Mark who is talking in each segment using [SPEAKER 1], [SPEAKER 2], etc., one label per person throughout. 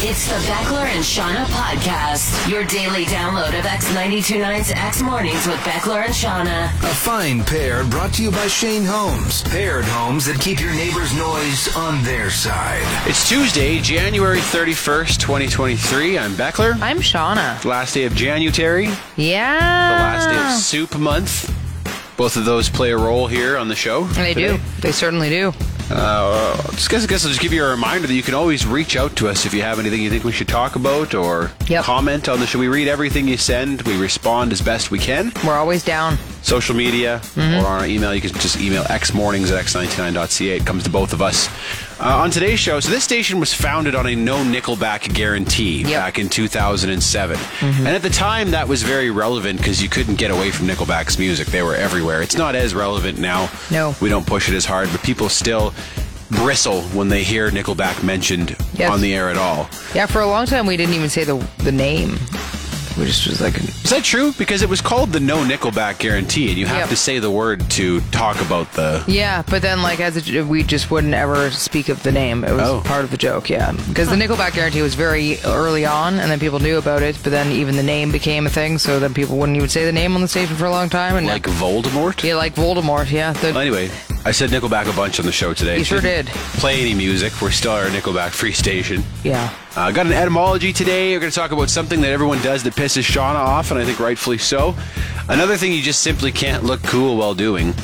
[SPEAKER 1] It's the Beckler and Shauna podcast, your daily download of X929's X Mornings with Beckler and Shauna.
[SPEAKER 2] A fine pair brought to you by Shane Homes. Paired homes that keep your neighbor's noise on their side.
[SPEAKER 3] It's Tuesday, January 31st, 2023. I'm Beckler.
[SPEAKER 4] I'm Shauna.
[SPEAKER 3] Last day of January, the
[SPEAKER 4] Yeah.
[SPEAKER 3] last day of soup month. Both of those play a role here on the show.
[SPEAKER 4] They do. They certainly do.
[SPEAKER 3] Uh, just guess, guess I'll just give you a reminder that you can always reach out to us if you have anything you think we should talk about or
[SPEAKER 4] Yep.
[SPEAKER 3] comment on the show. We read everything you send, we respond as best we can.
[SPEAKER 4] We're always down.
[SPEAKER 3] social media
[SPEAKER 4] Mm-hmm.
[SPEAKER 3] or on our email. You can just email xmornings at x99.ca. It comes to both of us. Uh, on today's show, so this station was founded on a no nickelback guarantee
[SPEAKER 4] Yep. Mm-hmm.
[SPEAKER 3] back in 2007. And at the time, that was very relevant because you couldn't get away from Nickelback's music. They were everywhere. It's not as relevant now.
[SPEAKER 4] No.
[SPEAKER 3] We don't push it as hard, but people still bristle when they hear Nickelback mentioned
[SPEAKER 4] Yes.
[SPEAKER 3] on the air at all.
[SPEAKER 4] Yeah, for a long time we didn't even say the the name. We just was like,
[SPEAKER 3] Is that true? Because it was called the no nickelback guarantee, and you have
[SPEAKER 4] Yep.
[SPEAKER 3] to say the word to talk about the
[SPEAKER 4] yeah, but then like as a, we just wouldn't ever speak of the name. It was
[SPEAKER 3] Oh.
[SPEAKER 4] part of the joke, yeah. Because the Nickelback guarantee was very early on, and then people knew about it. But then even the name became a thing, so then people wouldn't even say the name on the station for a long time. And
[SPEAKER 3] Like Voldemort?
[SPEAKER 4] yeah, like Voldemort, yeah. The,
[SPEAKER 3] Anyway, I said Nickelback a bunch on the show today.
[SPEAKER 4] You sure
[SPEAKER 3] Didn't
[SPEAKER 4] did.
[SPEAKER 3] Play any music. We're still at our Nickelback free station.
[SPEAKER 4] yeah.
[SPEAKER 3] Uh, got an etymology today. We're going to talk about something that everyone does that pisses Shauna off, and I think rightfully so. Another thing you just simply can't look cool while doing.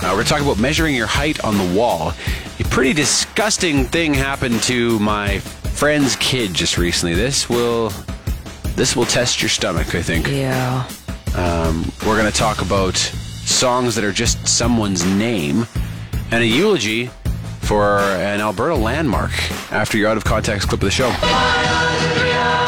[SPEAKER 3] Uh, we're talking about measuring your height on the wall. A pretty disgusting thing happened to my friend's kid just recently. This will, this will test your stomach, I think.
[SPEAKER 4] Yeah.
[SPEAKER 3] Um, we're going to talk about songs that are just someone's name and a eulogy for an Alberta landmark after your out of context clip of the show.
[SPEAKER 4] Yeah.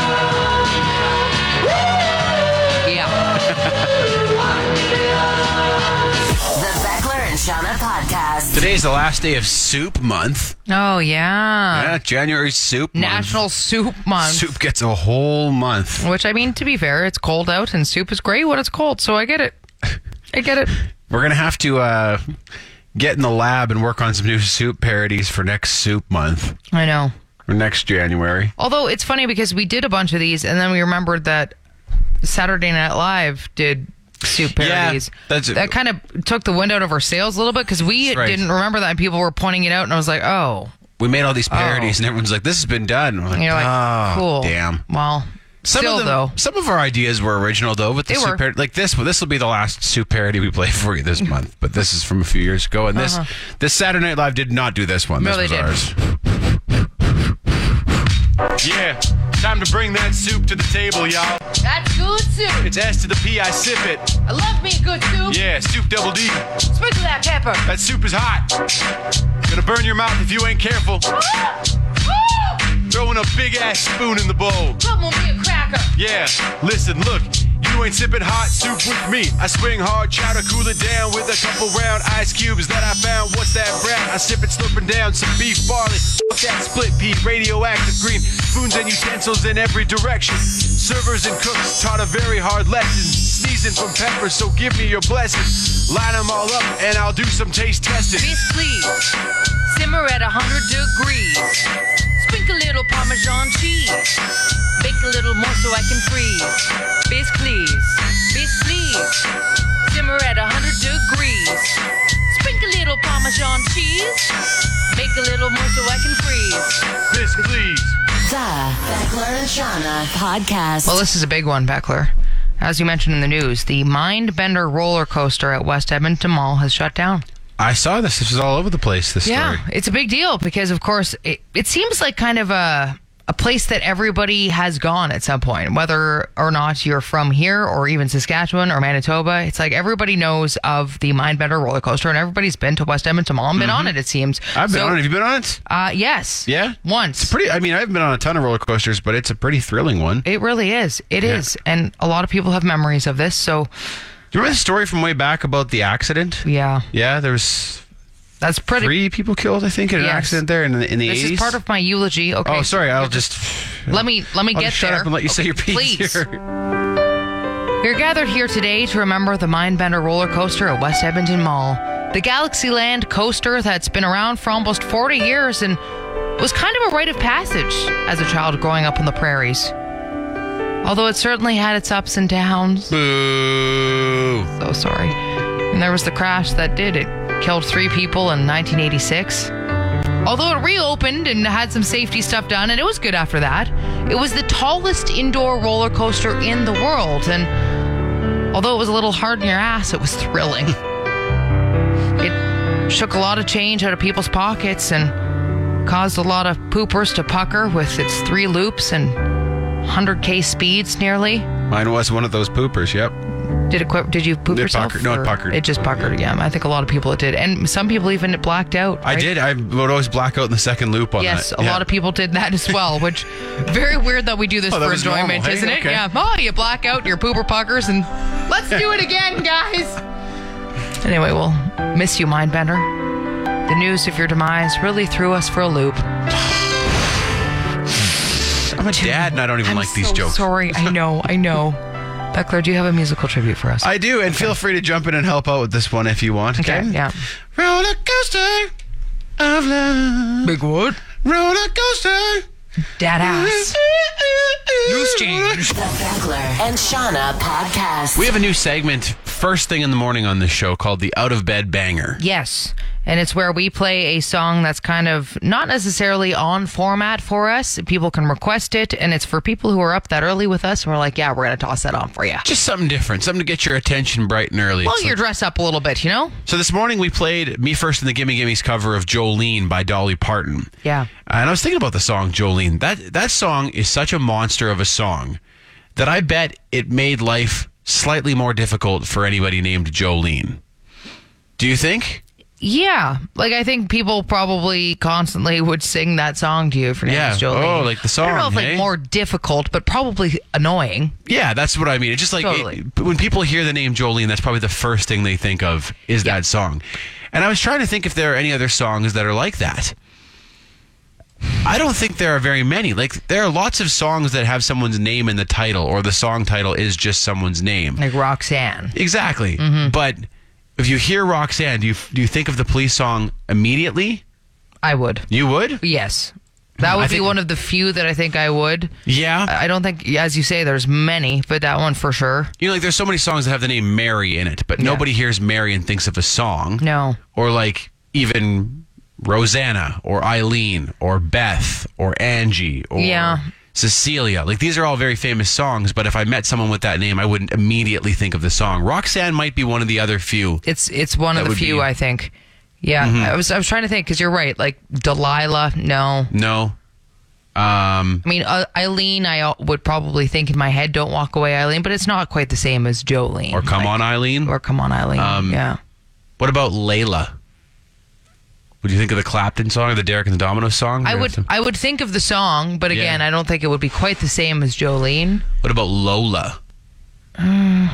[SPEAKER 1] The Beckler and Shauna podcast.
[SPEAKER 3] Today's the last day of soup month.
[SPEAKER 4] Oh yeah.
[SPEAKER 3] Yeah, January soup month.
[SPEAKER 4] National Soup Month.
[SPEAKER 3] Soup gets a whole month.
[SPEAKER 4] Which I mean, to be fair, it's cold out, and soup is great when it's cold. So I get it. I get it.
[SPEAKER 3] We're going to have to uh, get in the lab and work on some new soup parodies for next soup month
[SPEAKER 4] I know.
[SPEAKER 3] or next January.
[SPEAKER 4] Although it's funny because we did a bunch of these, and then we remembered that Saturday Night Live did soup parodies.
[SPEAKER 3] that's-
[SPEAKER 4] that kind of took the wind out of our sails a little bit because we
[SPEAKER 3] That's right.
[SPEAKER 4] didn't remember that, and people were pointing it out, and I was like, oh,
[SPEAKER 3] We made all these parodies, and everyone's like, this has been done. We're like,
[SPEAKER 4] and you're like,
[SPEAKER 3] "Oh,
[SPEAKER 4] cool,
[SPEAKER 3] Damn.
[SPEAKER 4] Well,
[SPEAKER 3] Some
[SPEAKER 4] still
[SPEAKER 3] of them,
[SPEAKER 4] though,
[SPEAKER 3] some of our ideas were original though. With the
[SPEAKER 4] They
[SPEAKER 3] soup
[SPEAKER 4] were.
[SPEAKER 3] parody- like this, this will be the last soup parody we play for you this month. But this is from a few years ago, and this this Saturday Night Live did not do this one.
[SPEAKER 4] Uh-huh. No,
[SPEAKER 3] this
[SPEAKER 4] they
[SPEAKER 3] was ours. Yeah, time to bring that soup to the table, y'all.
[SPEAKER 5] That's good soup.
[SPEAKER 3] It's S to the P, I sip it.
[SPEAKER 5] I love me a good soup.
[SPEAKER 3] Yeah, soup double D.
[SPEAKER 5] Sprinkle that pepper.
[SPEAKER 3] That soup is hot. Gonna burn your mouth if you ain't careful.
[SPEAKER 5] Woo!
[SPEAKER 3] Throwing a big ass spoon in the bowl.
[SPEAKER 5] Come on, me a cracker.
[SPEAKER 3] Yeah, listen, look, you ain't sipping hot soup with me. I swing hard, try to cool it down with a couple round ice cubes that I found. What's that brown? I sip it slurping down some beef barley. Fuck that split pea, radioactive green. Spoons and utensils in every direction. Servers and cooks taught a very hard lesson. Sneezing from pepper, so give me your blessing. Line them all up and I'll do some taste testing.
[SPEAKER 5] Miss, please. Simmer at 100 degrees. Sprinkle a little Parmesan cheese. Bake a little more so I can freeze. Miss, please. Miss, please. Simmer at 100 degrees. Sprinkle a little Parmesan cheese. Bake a little more so I can freeze.
[SPEAKER 3] This, please.
[SPEAKER 1] The Beckler and Shauna podcast.
[SPEAKER 4] Well, this is a big one, Beckler. As you mentioned in the news, the Mind Bender roller coaster at West Edmonton Mall has shut down.
[SPEAKER 3] I saw this. This was all over the place, this
[SPEAKER 4] Yeah, it's a big deal because, of course, it, it seems like kind of a a place that everybody has gone at some point, whether or not you're from here or even Saskatchewan or Manitoba. It's like everybody knows of the Mind Bender roller coaster, and everybody's been to West Edmonton Mall and been on it. It seems.
[SPEAKER 3] Mm-hmm. I've been
[SPEAKER 4] So,
[SPEAKER 3] on it. Have you been on it?
[SPEAKER 4] Uh, yes.
[SPEAKER 3] Yeah?
[SPEAKER 4] Once.
[SPEAKER 3] It's pretty. I mean, I've been on a ton of roller coasters, but it's a pretty thrilling one. Do
[SPEAKER 4] it really is. It is, and a lot of people have memories of this. So,
[SPEAKER 3] you remember the story from way back about the accident?
[SPEAKER 4] yeah,
[SPEAKER 3] Yeah, there was
[SPEAKER 4] that's pretty.
[SPEAKER 3] three people killed, I think, in an
[SPEAKER 4] Yes.
[SPEAKER 3] accident there in the in the
[SPEAKER 4] This
[SPEAKER 3] eighties.
[SPEAKER 4] is part of my eulogy. Okay.
[SPEAKER 3] Oh, sorry. I'll just
[SPEAKER 4] Let me let me
[SPEAKER 3] I'll
[SPEAKER 4] get
[SPEAKER 3] just
[SPEAKER 4] there.
[SPEAKER 3] shut up and let you say your piece.
[SPEAKER 4] Please.
[SPEAKER 3] here.
[SPEAKER 4] We're gathered here today to remember the Mindbender roller coaster at West Edmonton Mall. The Galaxyland coaster that's been around for almost 40 years and It was kind of a rite of passage as a child growing up on the prairies. Although it certainly had its ups and downs.
[SPEAKER 3] Boo.
[SPEAKER 4] So sorry. And there was the crash that did. It killed three people in 1986. Although it reopened and had some safety stuff done, and it was good after that, it was the tallest indoor roller coaster in the world. And although it was a little hard on your ass, it was thrilling. it shook a lot of change out of people's pockets and caused a lot of poopers to pucker with its three loops and 100k speeds nearly.
[SPEAKER 3] Mine was one of those poopers. Yep.
[SPEAKER 4] Did it? Quit, did you poop
[SPEAKER 3] It
[SPEAKER 4] yourself?
[SPEAKER 3] puckered. No, it
[SPEAKER 4] or-
[SPEAKER 3] puckered.
[SPEAKER 4] It just puckered. Yeah, I think a lot of people it did, and some people even it blacked out.
[SPEAKER 3] I
[SPEAKER 4] right?
[SPEAKER 3] did. I would always black out in the second loop on
[SPEAKER 4] Yes,
[SPEAKER 3] that.
[SPEAKER 4] a
[SPEAKER 3] Yeah.
[SPEAKER 4] lot of people did that as well, which very weird that we do this
[SPEAKER 3] Oh, that
[SPEAKER 4] for
[SPEAKER 3] was normal,
[SPEAKER 4] enjoyment,
[SPEAKER 3] hey?
[SPEAKER 4] isn't it?
[SPEAKER 3] Okay.
[SPEAKER 4] Yeah. Oh, you black out your pooper puckers, and let's do it again, guys. Anyway, we'll miss you, Mindbender. The news of your demise really threw us for a loop.
[SPEAKER 3] I'm a dad, and I don't even
[SPEAKER 4] I'm
[SPEAKER 3] like these
[SPEAKER 4] so
[SPEAKER 3] jokes.
[SPEAKER 4] Sorry, I know, I know. Beckler, do you have a musical tribute for us?
[SPEAKER 3] I do, and feel free to jump in and help out with this one if you want. Okay.
[SPEAKER 4] Okay, yeah.
[SPEAKER 3] Roller coaster of love.
[SPEAKER 4] Big word.
[SPEAKER 3] Roller coaster.
[SPEAKER 4] Dad ass.
[SPEAKER 3] News
[SPEAKER 4] change.
[SPEAKER 1] The Beckler and Shauna podcast.
[SPEAKER 3] We have a new segment first thing in the morning on this show called the Out of Bed Banger.
[SPEAKER 4] Yes. And it's where we play a song that's kind of not necessarily on format for us. People can request it, and it's for people who are up that early with us. And we're like, yeah, we're going to toss that on for you.
[SPEAKER 3] Just something different, something to get your attention bright and early.
[SPEAKER 4] Well,
[SPEAKER 3] It's
[SPEAKER 4] you
[SPEAKER 3] like-
[SPEAKER 4] dress up a little bit, you know?
[SPEAKER 3] so this morning we played Me First and the Gimme Gimme's cover of Jolene by Dolly Parton.
[SPEAKER 4] Yeah.
[SPEAKER 3] And I was thinking about the song Jolene. That that song is such a monster of a song that I bet it made life slightly more difficult for anybody named Jolene. Do you think?
[SPEAKER 4] Yeah. Like, I think people probably constantly would sing that song to you for
[SPEAKER 3] Yeah.
[SPEAKER 4] yeah.
[SPEAKER 3] Oh, like the
[SPEAKER 4] I don't know
[SPEAKER 3] song,
[SPEAKER 4] if
[SPEAKER 3] hey?
[SPEAKER 4] like more difficult, but probably annoying.
[SPEAKER 3] Yeah, that's what I mean. It's just like it-
[SPEAKER 4] Totally.
[SPEAKER 3] when people hear the name Jolene, that's probably the first thing they think of is that song. And I was trying to think if there are any other songs that are like that. I don't think there are very many. Like there are lots of songs that have someone's name in the title, or the song title is just someone's name.
[SPEAKER 4] Like Roxanne.
[SPEAKER 3] Exactly.
[SPEAKER 4] Mm-hmm.
[SPEAKER 3] But if you hear Roxanne, do you do you think of the police song immediately?
[SPEAKER 4] I would.
[SPEAKER 3] You would.
[SPEAKER 4] Yes. That
[SPEAKER 3] I
[SPEAKER 4] would be
[SPEAKER 3] think-
[SPEAKER 4] one of the few that I think I would.
[SPEAKER 3] Yeah.
[SPEAKER 4] I I don't think, as you say, there's many, but that one for sure.
[SPEAKER 3] You know, like there's so many songs that have the name Mary in it, but nobody hears Mary and thinks of a song.
[SPEAKER 4] No.
[SPEAKER 3] Or like even Rosanna or Eileen or Beth or Angie or
[SPEAKER 4] Yeah.
[SPEAKER 3] Cecilia. Like these are all very famous songs, but if I met someone with that name, I wouldn't immediately think of the song. Roxanne might be one of the other few.
[SPEAKER 4] It's it's one
[SPEAKER 3] That
[SPEAKER 4] of the
[SPEAKER 3] would
[SPEAKER 4] few,
[SPEAKER 3] be- Mm-hmm.
[SPEAKER 4] I think. Yeah, I was I was trying to think because you're right. Like Delilah, no.
[SPEAKER 3] No. Um
[SPEAKER 4] I mean uh, Eileen, I uh, would probably think in my head, "Don't walk away, Eileen," but it's not quite the same as Jolene
[SPEAKER 3] or come on Eileen.
[SPEAKER 4] or "Come on, Eileen."
[SPEAKER 3] Um,
[SPEAKER 4] yeah,
[SPEAKER 3] What about Layla? Would you think of the Clapton song or the Derek and the Domino song?
[SPEAKER 4] I would I would think of the song, but again,
[SPEAKER 3] Yeah.
[SPEAKER 4] I don't think it would be quite the same as Jolene.
[SPEAKER 3] What about Lola?
[SPEAKER 4] Mm.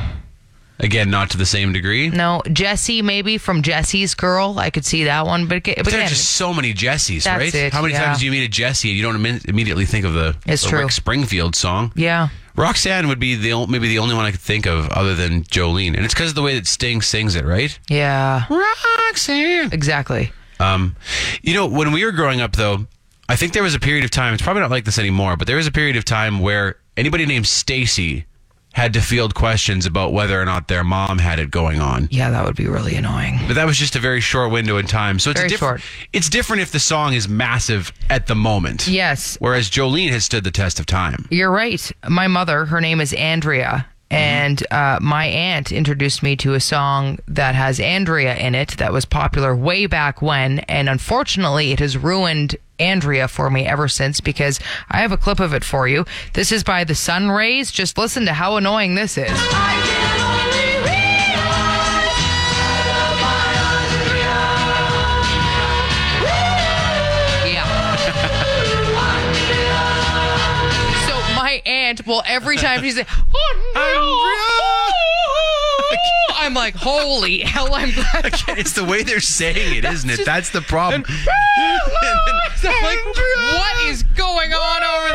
[SPEAKER 3] Again, not to the same degree.
[SPEAKER 4] No, Jesse maybe from Jesse's Girl, I could see that one, but, aga- but
[SPEAKER 3] But there are
[SPEAKER 4] again,
[SPEAKER 3] just so many Jessies,
[SPEAKER 4] That's
[SPEAKER 3] right?
[SPEAKER 4] it,
[SPEAKER 3] How many
[SPEAKER 4] yeah.
[SPEAKER 3] times do you meet a Jessie and you don't imme- immediately think of the,
[SPEAKER 4] It's
[SPEAKER 3] the
[SPEAKER 4] true.
[SPEAKER 3] Rick Springfield song?
[SPEAKER 4] yeah,
[SPEAKER 3] Roxanne would be the ol- maybe the only one I could think of other than Jolene, and it's because of the way that Sting sings it, right?
[SPEAKER 4] yeah,
[SPEAKER 3] Roxanne.
[SPEAKER 4] exactly.
[SPEAKER 3] Um, you know, when we were growing up, though, I think there was a period of time. It's probably not like this anymore, but there was a period of time where anybody named Stacy had to field questions about whether or not their mom had it going on.
[SPEAKER 4] Yeah, that would be really annoying.
[SPEAKER 3] But that was just a very short window in time. So it's
[SPEAKER 4] Very
[SPEAKER 3] different.
[SPEAKER 4] short.
[SPEAKER 3] It's different if the song is massive at the moment.
[SPEAKER 4] Yes,
[SPEAKER 3] Whereas Jolene has stood the test of time.
[SPEAKER 4] You're right. My mother, her name is Andrea, and uh, my aunt introduced me to a song that has Andrea in it that was popular way back when, and unfortunately, it has ruined Andrea for me ever since because I have a clip of it for you. This is by the Sun Rays. Just listen to how annoying this is. Yeah. So my aunt will every time she's like, oh no. I'm like, holy hell, I'm glad.
[SPEAKER 3] it's the way they're saying it, isn't it? That's the problem.
[SPEAKER 4] So I'm like, what is going on over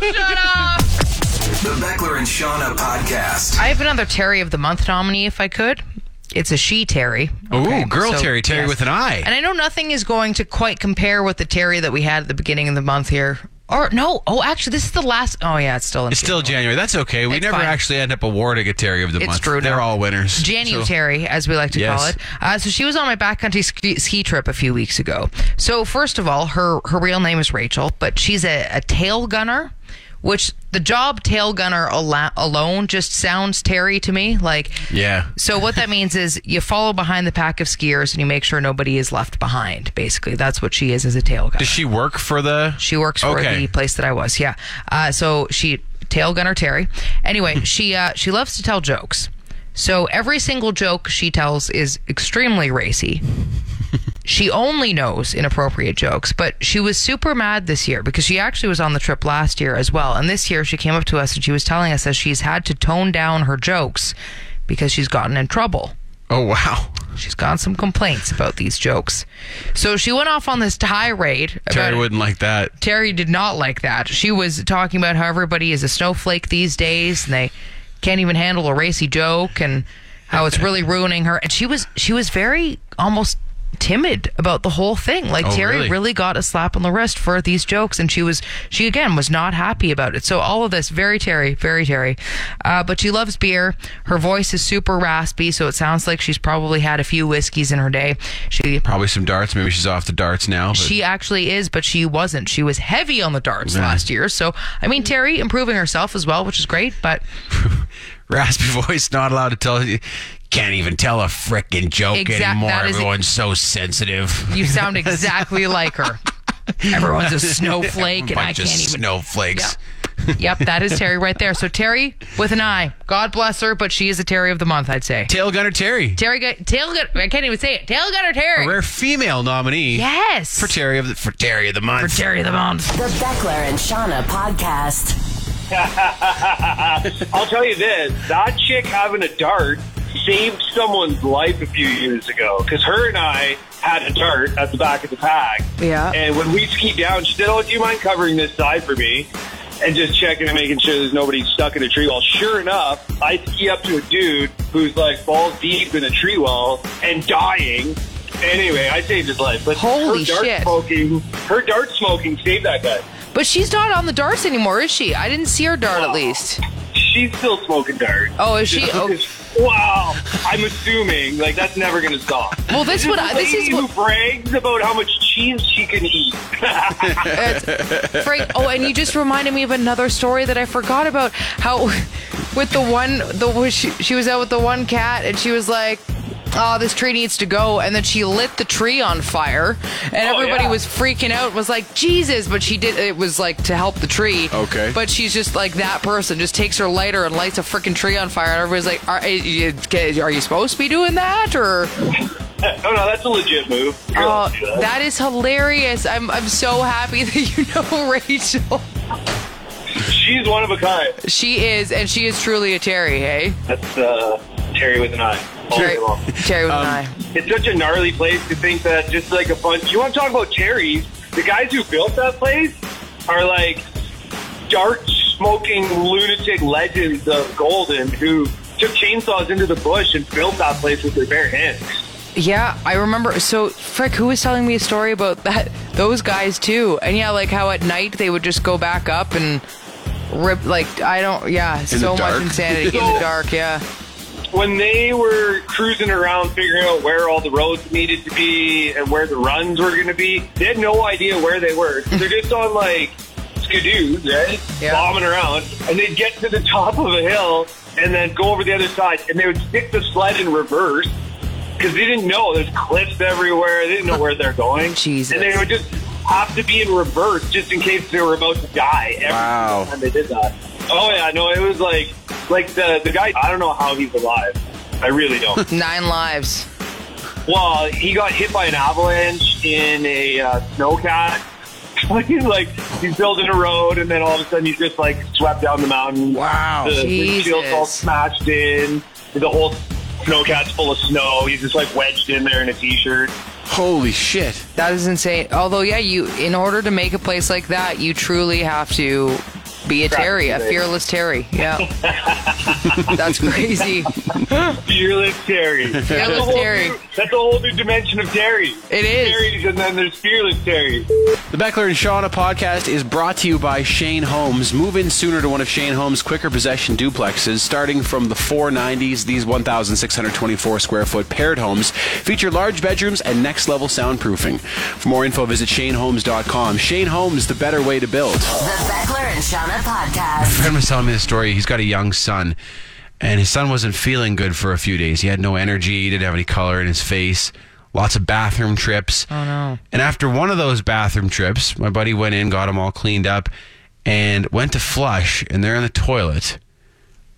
[SPEAKER 4] there? Shut up.
[SPEAKER 2] The Beckler and Shauna podcast.
[SPEAKER 4] I have another Terry of the Month nominee if I could.
[SPEAKER 5] It's a she Terry.
[SPEAKER 3] Ooh, girl Terry, Terry with an I.
[SPEAKER 5] And I know nothing is going to quite compare with the Terry that we had at the beginning of the month here. Or no, oh actually this is the last oh yeah, it's still in
[SPEAKER 3] It's still January. That's okay. We
[SPEAKER 5] It's
[SPEAKER 3] never
[SPEAKER 5] fine.
[SPEAKER 3] actually end up awarding a Terry of the
[SPEAKER 5] It's
[SPEAKER 3] month.
[SPEAKER 5] true,
[SPEAKER 3] They're
[SPEAKER 5] no.
[SPEAKER 3] all winners.
[SPEAKER 5] January,
[SPEAKER 3] So-
[SPEAKER 5] Terry, as we like to call
[SPEAKER 3] Yes.
[SPEAKER 5] it. Uh, so she was on my backcountry ski, ski trip a few weeks ago. So first of all, her her real name is Rachel, but she's a, a tail gunner, which the job tail gunner ala- alone just sounds Terry to me. Like
[SPEAKER 3] Yeah.
[SPEAKER 5] So what that means is you follow behind the pack of skiers and you make sure nobody is left behind. Basically, that's what she is as a tail gunner.
[SPEAKER 3] Does she work for the?
[SPEAKER 5] She works for
[SPEAKER 3] Okay.
[SPEAKER 5] the place that I was. Yeah. Uh, so she tail gunner Terry. Anyway, she uh, she loves to tell jokes. So every single joke she tells is extremely racy. She only knows inappropriate jokes, but she was super mad this year because she actually was on the trip last year as well. And this year she came up to us and she was telling us that she's had to tone down her jokes because she's gotten in trouble.
[SPEAKER 3] Oh wow.
[SPEAKER 5] She's gotten some complaints about these jokes. So she went off on this tirade.
[SPEAKER 3] Terry
[SPEAKER 5] about-
[SPEAKER 3] wouldn't like that.
[SPEAKER 5] Terry did not like that. She was talking about how everybody is a snowflake these days and they can't even handle a racy joke and how it's really ruining her. And she was she was very almost timid about the whole thing. Like
[SPEAKER 3] Oh,
[SPEAKER 5] Terry
[SPEAKER 3] really?
[SPEAKER 5] really? got a slap on the wrist for these jokes and she was she again was not happy about it. So all of this very Terry, very Terry. Uh, but she loves beer. Her voice is super raspy, so it sounds like she's probably had a few whiskeys in her day. She
[SPEAKER 3] Probably some darts. Maybe she's off the darts now. But
[SPEAKER 5] she actually is, but she wasn't. She was heavy on the darts last year. So, I mean, Terry improving herself as well, which is great, but
[SPEAKER 3] raspy voice, not allowed to tell you. Can't even tell a frickin' joke
[SPEAKER 5] Exact-
[SPEAKER 3] anymore.
[SPEAKER 5] that is-
[SPEAKER 3] Everyone's so sensitive.
[SPEAKER 5] you sound exactly like her. Everyone's a snowflake, and I
[SPEAKER 3] Bunch of
[SPEAKER 5] can't even.
[SPEAKER 3] snowflakes.
[SPEAKER 5] Yep, that is Terry right there. So, Terry with an eye. God bless her, but she is a Terry of the month, I'd say.
[SPEAKER 3] Tail gunner Terry,
[SPEAKER 5] Terry, got, tail gunner. I can't even say it. Tail gunner
[SPEAKER 3] a
[SPEAKER 5] Terry.
[SPEAKER 3] rare female nominee
[SPEAKER 5] Yes.
[SPEAKER 3] for Terry of the for Terry of the month.
[SPEAKER 5] Terry of the month.
[SPEAKER 1] The Beckler and Shauna podcast.
[SPEAKER 6] I'll tell you this: that chick having a dart saved someone's life a few years ago because her and I had a dart at the back of the pack.
[SPEAKER 5] Yeah.
[SPEAKER 6] And when we skied down, she said, "Oh, do you mind covering this side for me?" And just checking and making sure there's nobody stuck in a tree well. Sure enough, I ski up to a dude who's like balls deep in a tree well and dying. Anyway, I saved his life. But
[SPEAKER 5] Holy
[SPEAKER 6] her dart
[SPEAKER 5] shit.
[SPEAKER 6] smoking, her dart smoking saved that guy.
[SPEAKER 5] But she's not on the darts anymore, is she? I didn't see her dart at least.
[SPEAKER 6] She's still smoking dart.
[SPEAKER 5] Oh, is she? Oh.
[SPEAKER 6] Wow. I'm assuming like that's never gonna stop.
[SPEAKER 5] Well, this
[SPEAKER 6] This
[SPEAKER 5] would. I- This is
[SPEAKER 6] lady
[SPEAKER 5] what.
[SPEAKER 6] who brags about how much cheese she can eat.
[SPEAKER 5] Frank. Oh, and you just reminded me of another story that I forgot about. How with the one, the she, she was out with the one cat, and she was like. Oh, this tree needs to go. And then she lit the tree on fire. And
[SPEAKER 6] Oh,
[SPEAKER 5] everybody
[SPEAKER 6] yeah.
[SPEAKER 5] was freaking out, was like, Jesus. But she did, it was like to help the tree.
[SPEAKER 3] Okay.
[SPEAKER 5] But she's just like that person, just takes her lighter and lights a freaking tree on fire. And everybody's like, are, eh, you- are you supposed to be doing that? Or
[SPEAKER 6] no, no, that's a legit move. You're
[SPEAKER 5] Oh,
[SPEAKER 6] allowed to do that.
[SPEAKER 5] that is hilarious. I'm I'm so happy that you know Rachel.
[SPEAKER 6] She's one of a kind.
[SPEAKER 5] She is, and she is truly a Terry, hey?
[SPEAKER 6] That's uh, Terry with an eye. All day
[SPEAKER 5] Terry,
[SPEAKER 6] long.
[SPEAKER 5] Oh, Terry with an eye.
[SPEAKER 6] It's such a gnarly place to think that just like a bunch. You want to talk about cherries? The guys who built that place are like dart smoking lunatic legends of Golden who took chainsaws into the bush and built that place with their bare hands.
[SPEAKER 5] Yeah, I remember. So, Frick, who was telling me a story about that? Those guys, too. And yeah, like how at night they would just go back up and rip, like, I don't, yeah, so much
[SPEAKER 3] dark.
[SPEAKER 5] insanity in the dark, yeah.
[SPEAKER 6] when they were cruising around figuring out where all the roads needed to be and where the runs were going to be, they had no idea where they were. They're just on like skidoos, right?
[SPEAKER 5] Yeah.
[SPEAKER 6] Bombing around. And they'd get to the top of a hill and then go over the other side and they would stick the sled in reverse because they didn't know. There's cliffs everywhere. They didn't know where they're going.
[SPEAKER 5] Jesus.
[SPEAKER 6] And they would just have to be in reverse just in case they were about to die. Every
[SPEAKER 3] Wow.
[SPEAKER 6] time they did that. Oh yeah, no, it was like like the the guy. I don't know how he's alive. I really don't.
[SPEAKER 5] Nine lives.
[SPEAKER 6] well, he got hit by an avalanche in a uh, snowcat. he's like he's building a road, and then all of a sudden he's just like swept down the mountain.
[SPEAKER 3] Wow.
[SPEAKER 6] the, the
[SPEAKER 5] Jesus.
[SPEAKER 6] shield's all smashed in. The whole snowcat's full of snow. He's just like wedged in there in a t-shirt.
[SPEAKER 3] Holy shit.
[SPEAKER 5] That is insane. Although, yeah, you, in order to make a place like that, you truly have to
[SPEAKER 4] Be a Terry, a
[SPEAKER 6] today.
[SPEAKER 4] fearless Terry. Yeah. That's crazy.
[SPEAKER 6] Fearless Terry. Fearless that's a whole
[SPEAKER 4] Terry.
[SPEAKER 6] New, that's a whole new dimension of Terry.
[SPEAKER 4] It is.
[SPEAKER 6] Terry's and then there's Fearless Terry.
[SPEAKER 3] The Beckler and Shauna podcast is brought to you by Shane Holmes. Move in sooner to one of Shane Holmes' quicker possession duplexes, starting from the 490s. These 1,624 square foot paired homes feature large bedrooms and next level soundproofing. For more info, visit shanehomes.com. Shane Holmes, the better way to build.
[SPEAKER 1] The Beckler and Shauna Podcast.
[SPEAKER 3] friend was telling me this story. He's got a young son, and his son wasn't feeling good for a few days. He had no energy, he didn't have any color in his face, lots of bathroom trips. Oh, no. And after one of those bathroom trips, my buddy went in, got him all cleaned up, and went to flush, and there in the toilet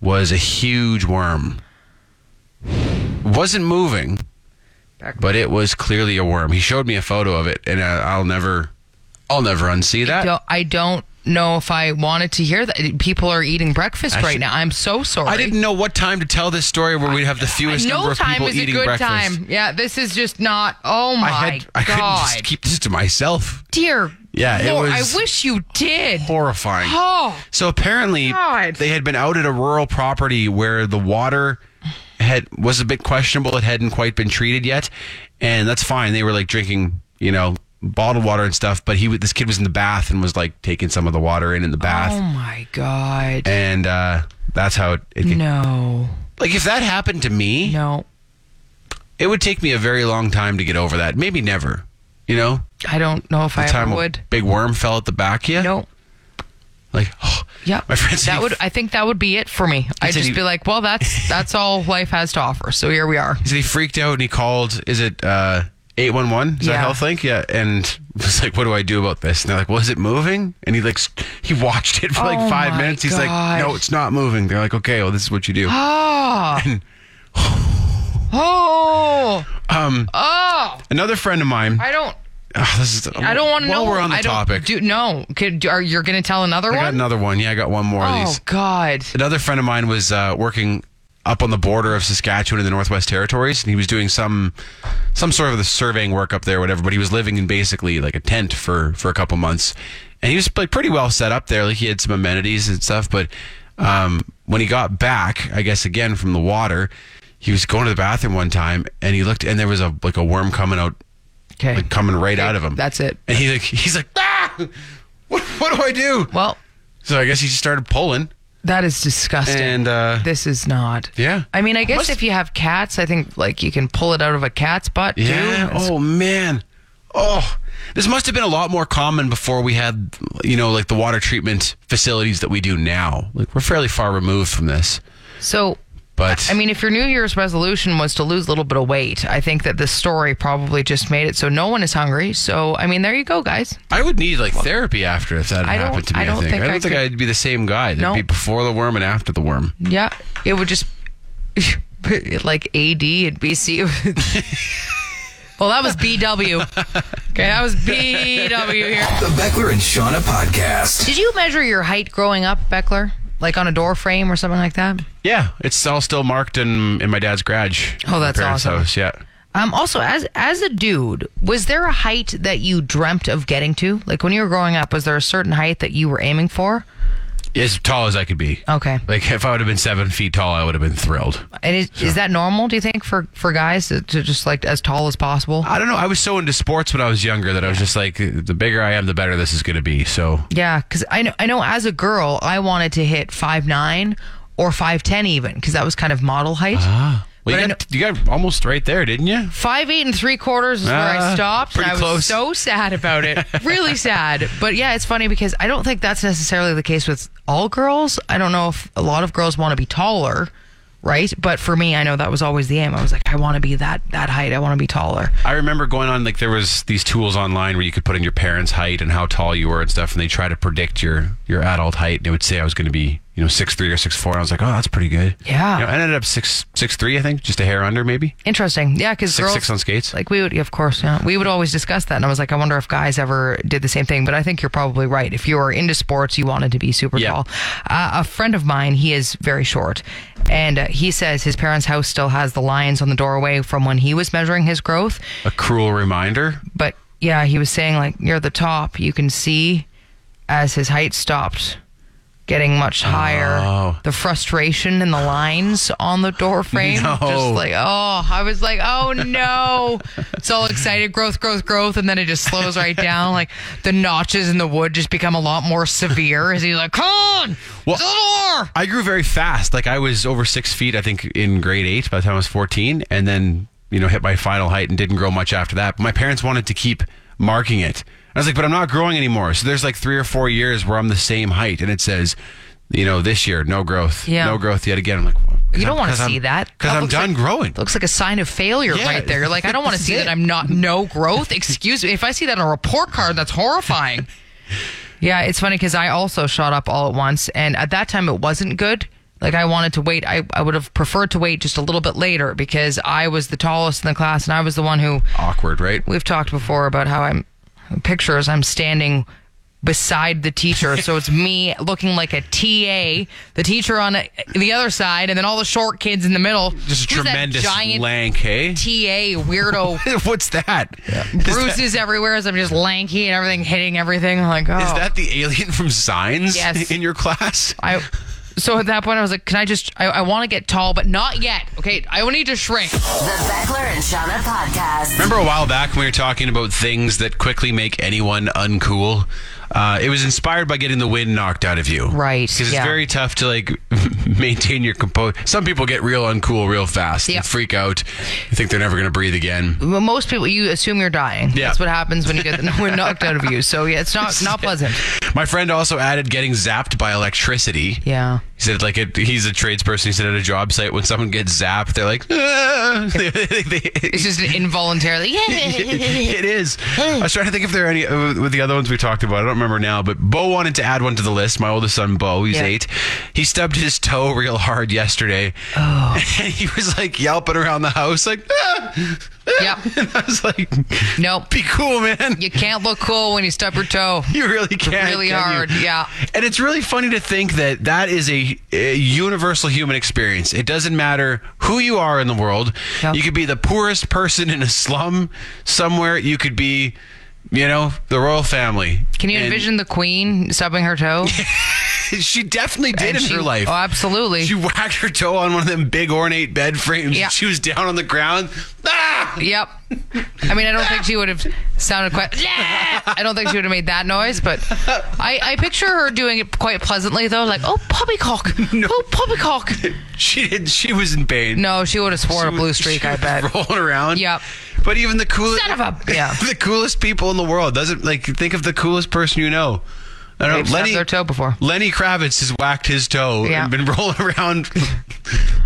[SPEAKER 3] was a huge worm. Wasn't moving, but it was clearly a worm. He showed me a photo of it, and I, I'll never, I'll never unsee that.
[SPEAKER 4] Don't- I don't know if I wanted to hear that. People are eating breakfast
[SPEAKER 3] I
[SPEAKER 4] right
[SPEAKER 3] should-
[SPEAKER 4] now. I'm so sorry.
[SPEAKER 3] I didn't know what time to tell this story where we'd have the fewest number
[SPEAKER 4] no
[SPEAKER 3] of people
[SPEAKER 4] time is a
[SPEAKER 3] eating
[SPEAKER 4] good
[SPEAKER 3] breakfast.
[SPEAKER 4] time. Yeah, this is just not. Oh my
[SPEAKER 3] I had I couldn't
[SPEAKER 4] god,
[SPEAKER 3] just keep this to myself.
[SPEAKER 4] dear.
[SPEAKER 3] Yeah, it
[SPEAKER 4] Lord,
[SPEAKER 3] was
[SPEAKER 4] I wish you did.
[SPEAKER 3] Horrifying.
[SPEAKER 4] Oh.
[SPEAKER 3] So apparently
[SPEAKER 4] God.
[SPEAKER 3] they had been out at a rural property where the water had was a bit questionable. It hadn't quite been treated yet, and that's fine. They were like drinking, you know, bottled water and stuff. But he w- this kid was in the bath and was like taking some of the water in in the bath,
[SPEAKER 4] Oh my god.
[SPEAKER 3] and uh, that's how it. it
[SPEAKER 4] no,
[SPEAKER 3] Like if that happened to me,
[SPEAKER 4] no.
[SPEAKER 3] it would take me a very long time to get over that. Maybe never. You know,
[SPEAKER 4] I don't know if I
[SPEAKER 3] the time
[SPEAKER 4] ever
[SPEAKER 3] a
[SPEAKER 4] would.
[SPEAKER 3] big worm fell at the back, yeah.
[SPEAKER 4] No.
[SPEAKER 3] like oh,
[SPEAKER 4] Yeah.
[SPEAKER 3] My friend said
[SPEAKER 4] that
[SPEAKER 3] he-
[SPEAKER 4] would. I think that would be it for me. I'd
[SPEAKER 3] said
[SPEAKER 4] just
[SPEAKER 3] he-
[SPEAKER 4] be like, well, that's that's all life has to offer. So here we are.
[SPEAKER 3] He said he freaked out and he called. Is it uh, eight one one? Is
[SPEAKER 4] Yeah.
[SPEAKER 3] that HealthLink? Yeah, and was like, what do I do about this? And they're like, well, is it moving? And he like s- he watched it for
[SPEAKER 4] Oh
[SPEAKER 3] like five
[SPEAKER 4] my
[SPEAKER 3] minutes. He's like, no,
[SPEAKER 4] God.
[SPEAKER 3] it's not moving. They're like, okay, well, this is what you do.
[SPEAKER 4] Oh.
[SPEAKER 3] Um,
[SPEAKER 4] Oh.
[SPEAKER 3] another friend of mine.
[SPEAKER 4] I don't.
[SPEAKER 3] Ah, this is,
[SPEAKER 4] I don't want to
[SPEAKER 3] while
[SPEAKER 4] know.
[SPEAKER 3] we're on the
[SPEAKER 4] I don't-
[SPEAKER 3] topic,
[SPEAKER 4] Do, no. Could, are you're going to tell another
[SPEAKER 3] I got
[SPEAKER 4] one?
[SPEAKER 3] another one. Yeah, I got one more of
[SPEAKER 4] oh
[SPEAKER 3] these.
[SPEAKER 4] God.
[SPEAKER 3] another friend of mine was uh, working up on the border of Saskatchewan in the Northwest Territories, and he was doing some some sort of the surveying work up there, whatever. But he was living in basically like a tent for for a couple months, and he was like pretty well set up there. Like he had some amenities and stuff. But um, when he got back, I guess again from the water, he was going to the bathroom one time, and he looked, and there was a like a worm coming out,
[SPEAKER 4] Okay.
[SPEAKER 3] like coming right out of him.
[SPEAKER 4] That's it.
[SPEAKER 3] And he like he's like, ah, what what do I do?
[SPEAKER 4] Well,
[SPEAKER 3] So I guess he just started pulling,
[SPEAKER 4] that is disgusting.
[SPEAKER 3] and uh,
[SPEAKER 4] this is not.
[SPEAKER 3] yeah.
[SPEAKER 4] I mean, I guess
[SPEAKER 3] Must-
[SPEAKER 4] if you have cats, I think like you can pull it out of a cat's butt too.
[SPEAKER 3] Yeah.
[SPEAKER 4] It's-
[SPEAKER 3] Oh man. Oh, this must have been a lot more common before we had, you know, like the water treatment facilities that we do now. Like we're fairly far removed from this,
[SPEAKER 4] So,
[SPEAKER 3] but
[SPEAKER 4] I mean, if your New Year's resolution was to lose a little bit of weight, I think that this story probably just made it so no one is hungry. So, I mean, there you go, guys.
[SPEAKER 3] I would need like therapy after if that
[SPEAKER 4] I
[SPEAKER 3] had
[SPEAKER 4] don't-
[SPEAKER 3] happened to me.
[SPEAKER 4] I
[SPEAKER 3] I
[SPEAKER 4] don't
[SPEAKER 3] think
[SPEAKER 4] think
[SPEAKER 3] I don't
[SPEAKER 4] I
[SPEAKER 3] think
[SPEAKER 4] could-
[SPEAKER 3] I'd be the same guy. It'd
[SPEAKER 4] No.
[SPEAKER 3] be before the worm and after the worm.
[SPEAKER 4] Yeah, it would just like AD and BC. well, that was BW. Okay, that was BW here.
[SPEAKER 2] The Beckler and Shauna podcast.
[SPEAKER 4] Did you measure your height growing up, Beckler? Like on a door frame or something like that?
[SPEAKER 3] Yeah, it's all still marked in in my dad's garage.
[SPEAKER 4] Oh,
[SPEAKER 3] my
[SPEAKER 4] that's
[SPEAKER 3] parents'
[SPEAKER 4] awesome.
[SPEAKER 3] House. Yeah.
[SPEAKER 4] Um, also, as as a dude, was there a height that you dreamt of getting to? Like when you were growing up, was there a certain height that you were aiming for?
[SPEAKER 3] As tall as I could be.
[SPEAKER 4] Okay,
[SPEAKER 3] Like if I would have been seven feet tall, I would have been thrilled.
[SPEAKER 4] and is, is that normal? Do you think for for guys to, to just like as tall as possible?
[SPEAKER 3] I don't know. I was so into sports when I was younger that I was just like, the bigger I am, the better this is going to be. So
[SPEAKER 4] Yeah, because I know I know as a girl, I wanted to hit five nine or five ten even because that was kind of model height.
[SPEAKER 3] Uh-huh. well,
[SPEAKER 4] But I
[SPEAKER 3] you, got, you got almost right there, didn't you?
[SPEAKER 4] Five eight and three quarters is where I
[SPEAKER 3] Ah,
[SPEAKER 4] stopped. and
[SPEAKER 3] pretty
[SPEAKER 4] I was
[SPEAKER 3] close.
[SPEAKER 4] so sad about it, really sad. But yeah, it's funny because I don't think that's necessarily the case with all girls. I don't know if a lot of girls want to be taller, right? But for me, I know that was always the aim. I was like, I want to be that that height. I want to be taller.
[SPEAKER 3] I remember going on like there was these tools online where you could put in your parents' height and how tall you were and stuff, and they try to predict your your adult height. And it would say I was going to be you know six three or six four. And I was like, oh, that's pretty good.
[SPEAKER 4] Yeah.
[SPEAKER 3] You know, I ended up six six three, I think, just a hair under maybe
[SPEAKER 4] Interesting, yeah, because
[SPEAKER 3] six
[SPEAKER 4] girls
[SPEAKER 3] six on skates.
[SPEAKER 4] Like we would, of course, yeah. We would always discuss that, and I was like, I wonder if guys ever did the same thing. But I think you're probably right. If you were into sports, you wanted to be super
[SPEAKER 3] Yeah.
[SPEAKER 4] tall. Uh, a friend of mine, he is very short, and uh, he says his parents' house still has the lines on the doorway from when he was measuring his growth.
[SPEAKER 3] a cruel reminder.
[SPEAKER 4] But yeah, he was saying like near the top, you can see as his height stopped. getting much higher.
[SPEAKER 3] Oh.
[SPEAKER 4] The frustration and the lines on the door frame.
[SPEAKER 3] No.
[SPEAKER 4] Just like, oh, I was like, oh no. it's all excited, growth, growth, growth. And then it just slows right down. Like the notches in the wood just become a lot more severe as he's like, come on,
[SPEAKER 3] Well-
[SPEAKER 4] to the door.
[SPEAKER 3] I grew very fast. Like I was over six feet, I think, in grade eight by the time I was 14, and then, you know, hit my final height and didn't grow much after that. But my parents wanted to keep marking it. I was like, but I'm not growing anymore. So there's like three or four years where I'm the same height, and it says, you know, this year, no growth.
[SPEAKER 4] Yeah.
[SPEAKER 3] No growth yet again. I'm like, well, 'cause
[SPEAKER 4] You don't
[SPEAKER 3] I'm-
[SPEAKER 4] want to
[SPEAKER 3] 'cause I'm-
[SPEAKER 4] see that.
[SPEAKER 3] Because
[SPEAKER 4] That
[SPEAKER 3] I'm
[SPEAKER 4] looks
[SPEAKER 3] done
[SPEAKER 4] like-
[SPEAKER 3] growing.
[SPEAKER 4] Looks like a sign of failure
[SPEAKER 3] Yeah.
[SPEAKER 4] right there. You're like, I don't want to see that I'm not no growth. Excuse me. If I see that on a report card, that's horrifying. yeah, it's funny because I also shot up all at once. And at that time, it wasn't good. Like, I wanted to wait. I, I would have preferred to wait just a little bit later because I was the tallest in the class and I was the one who
[SPEAKER 3] Awkward, right?
[SPEAKER 4] we've talked before about how I'm pictures I'm standing beside the teacher so it's me looking like a TA the teacher on a, the other side and then all the short kids in the middle
[SPEAKER 3] Just a
[SPEAKER 4] Who's that
[SPEAKER 3] tremendous
[SPEAKER 4] giant
[SPEAKER 3] lank, hey?
[SPEAKER 4] TA weirdo
[SPEAKER 3] What's that? Is that-
[SPEAKER 4] bruises everywhere as I'm just lanky and everything hitting everything I'm like oh
[SPEAKER 3] is that the alien from Signs
[SPEAKER 4] Yes.
[SPEAKER 3] in your class?
[SPEAKER 4] I so at that point I was like can I just I, I want to get tall but not yet okay I will need to shrink
[SPEAKER 1] The Beckler and Shauna podcast.
[SPEAKER 3] Remember a while back when we were talking about things that quickly make anyone uncool? Uh, it was inspired by getting the wind knocked out of you.
[SPEAKER 4] Right,
[SPEAKER 3] Because
[SPEAKER 4] yeah.
[SPEAKER 3] it's very tough to like maintain your composure. Some people get real uncool real fast.
[SPEAKER 4] Yeah.
[SPEAKER 3] and freak out. They think they're never going to breathe again.
[SPEAKER 4] Well, most people you assume you're dying
[SPEAKER 3] Yeah.
[SPEAKER 4] that's what happens when you get the wind knocked out of you so yeah it's not not pleasant
[SPEAKER 3] My friend also added getting zapped by electricity.
[SPEAKER 4] yeah
[SPEAKER 3] He said, like, it, he's a tradesperson. He said at a job site, when someone gets zapped, they're like, "Ah."
[SPEAKER 4] It's just an involuntarily.
[SPEAKER 3] it is. I was trying to think if there are any uh, with the other ones we talked about. I don't remember now, but Bo wanted to add one to the list. My oldest son, Bo, he's
[SPEAKER 4] Yeah.
[SPEAKER 3] eight. He stubbed his toe real hard yesterday.
[SPEAKER 4] Oh.
[SPEAKER 3] And he was like yelping around the house, like, ah! ah."
[SPEAKER 4] Yeah.
[SPEAKER 3] And I was like,
[SPEAKER 4] Nope.
[SPEAKER 3] Be cool, man.
[SPEAKER 4] You can't look cool when you stub your toe.
[SPEAKER 3] You really can.
[SPEAKER 4] Really
[SPEAKER 3] can you?
[SPEAKER 4] hard, yeah.
[SPEAKER 3] And it's really funny to think that that is a, a universal human experience. It doesn't matter who you are in the world.
[SPEAKER 4] Yeah.
[SPEAKER 3] You could be the poorest person in a slum somewhere. You could be, you know, the royal family.
[SPEAKER 4] Can you
[SPEAKER 3] And
[SPEAKER 4] envision the queen stubbing her toe?
[SPEAKER 3] She definitely did
[SPEAKER 4] And
[SPEAKER 3] in
[SPEAKER 4] she-
[SPEAKER 3] her life.
[SPEAKER 4] Oh, absolutely.
[SPEAKER 3] She whacked her toe on one of them big ornate bed frames.
[SPEAKER 4] Yeah.
[SPEAKER 3] She was down on the ground. Ah!
[SPEAKER 4] yep. I mean, I don't think she would have sounded quite. I don't think she would have made that noise, but I, I picture her doing it quite pleasantly, though, like, oh, poppycock. Oh, poppycock.
[SPEAKER 3] She did. She was in pain.
[SPEAKER 4] No, she would have sworn a
[SPEAKER 3] She
[SPEAKER 4] blue
[SPEAKER 3] was-
[SPEAKER 4] streak,
[SPEAKER 3] she
[SPEAKER 4] I
[SPEAKER 3] was
[SPEAKER 4] bet.
[SPEAKER 3] Rolling around.
[SPEAKER 4] Yep.
[SPEAKER 3] But even the coolest
[SPEAKER 4] Son of a- yeah.
[SPEAKER 3] the coolest people in the world doesn't like think of the coolest person you know. I don't know.
[SPEAKER 4] They've stubbed
[SPEAKER 3] Lenny
[SPEAKER 4] their toe before.
[SPEAKER 3] Lenny Kravitz has whacked his toe
[SPEAKER 4] Yeah.
[SPEAKER 3] and been rolling around.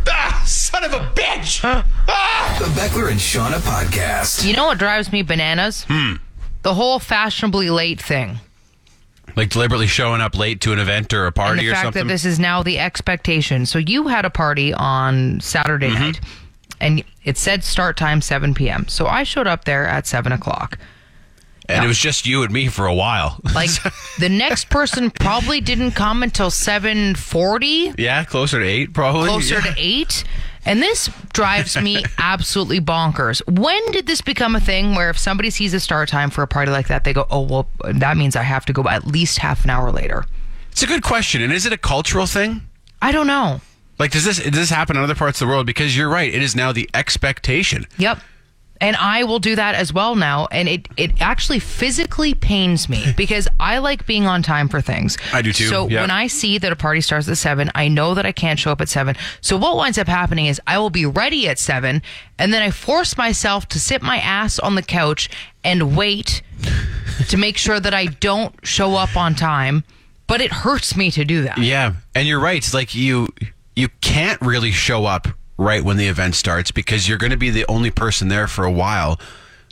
[SPEAKER 3] ah, son of a bitch! Ah!
[SPEAKER 2] The Beckler and Shauna podcast.
[SPEAKER 4] You know what drives me bananas? The whole fashionably late thing.
[SPEAKER 3] Like deliberately showing up late to an event or a
[SPEAKER 4] and
[SPEAKER 3] party
[SPEAKER 4] the
[SPEAKER 3] or
[SPEAKER 4] fact
[SPEAKER 3] something.
[SPEAKER 4] that this is now the expectation. So you had a party on Saturday night, and it said start time seven p.m. So I showed up there at seven o'clock.
[SPEAKER 3] and it was just you and me for a while.
[SPEAKER 4] Like the next person probably didn't come until seven forty,
[SPEAKER 3] yeah, closer to eight probably.
[SPEAKER 4] closer
[SPEAKER 3] Yeah.
[SPEAKER 4] to eight. And this drives me absolutely bonkers. When did this become a thing where if somebody sees a start time for a party like that, they go, "Oh well, that means I have to go at least half an hour later."
[SPEAKER 3] It's a good question. And is it a cultural thing?
[SPEAKER 4] I don't know.
[SPEAKER 3] Like does this does this happen in other parts of the world? Because you're right, it is now the expectation.
[SPEAKER 4] Yep. And I will do that as well now. And it, it actually physically pains me because I like being on time for things.
[SPEAKER 3] I do too,
[SPEAKER 4] So
[SPEAKER 3] yeah.
[SPEAKER 4] when I see that a party starts at seven, I know that I can't show up at seven. So what winds up happening is I will be ready at seven and then I force myself to sit my ass on the couch and wait to make sure that I don't show up on time. But it hurts me to do that.
[SPEAKER 3] Yeah, and you're right. It's Like you, you can't really show up right when the event starts because you're going to be the only person there for a while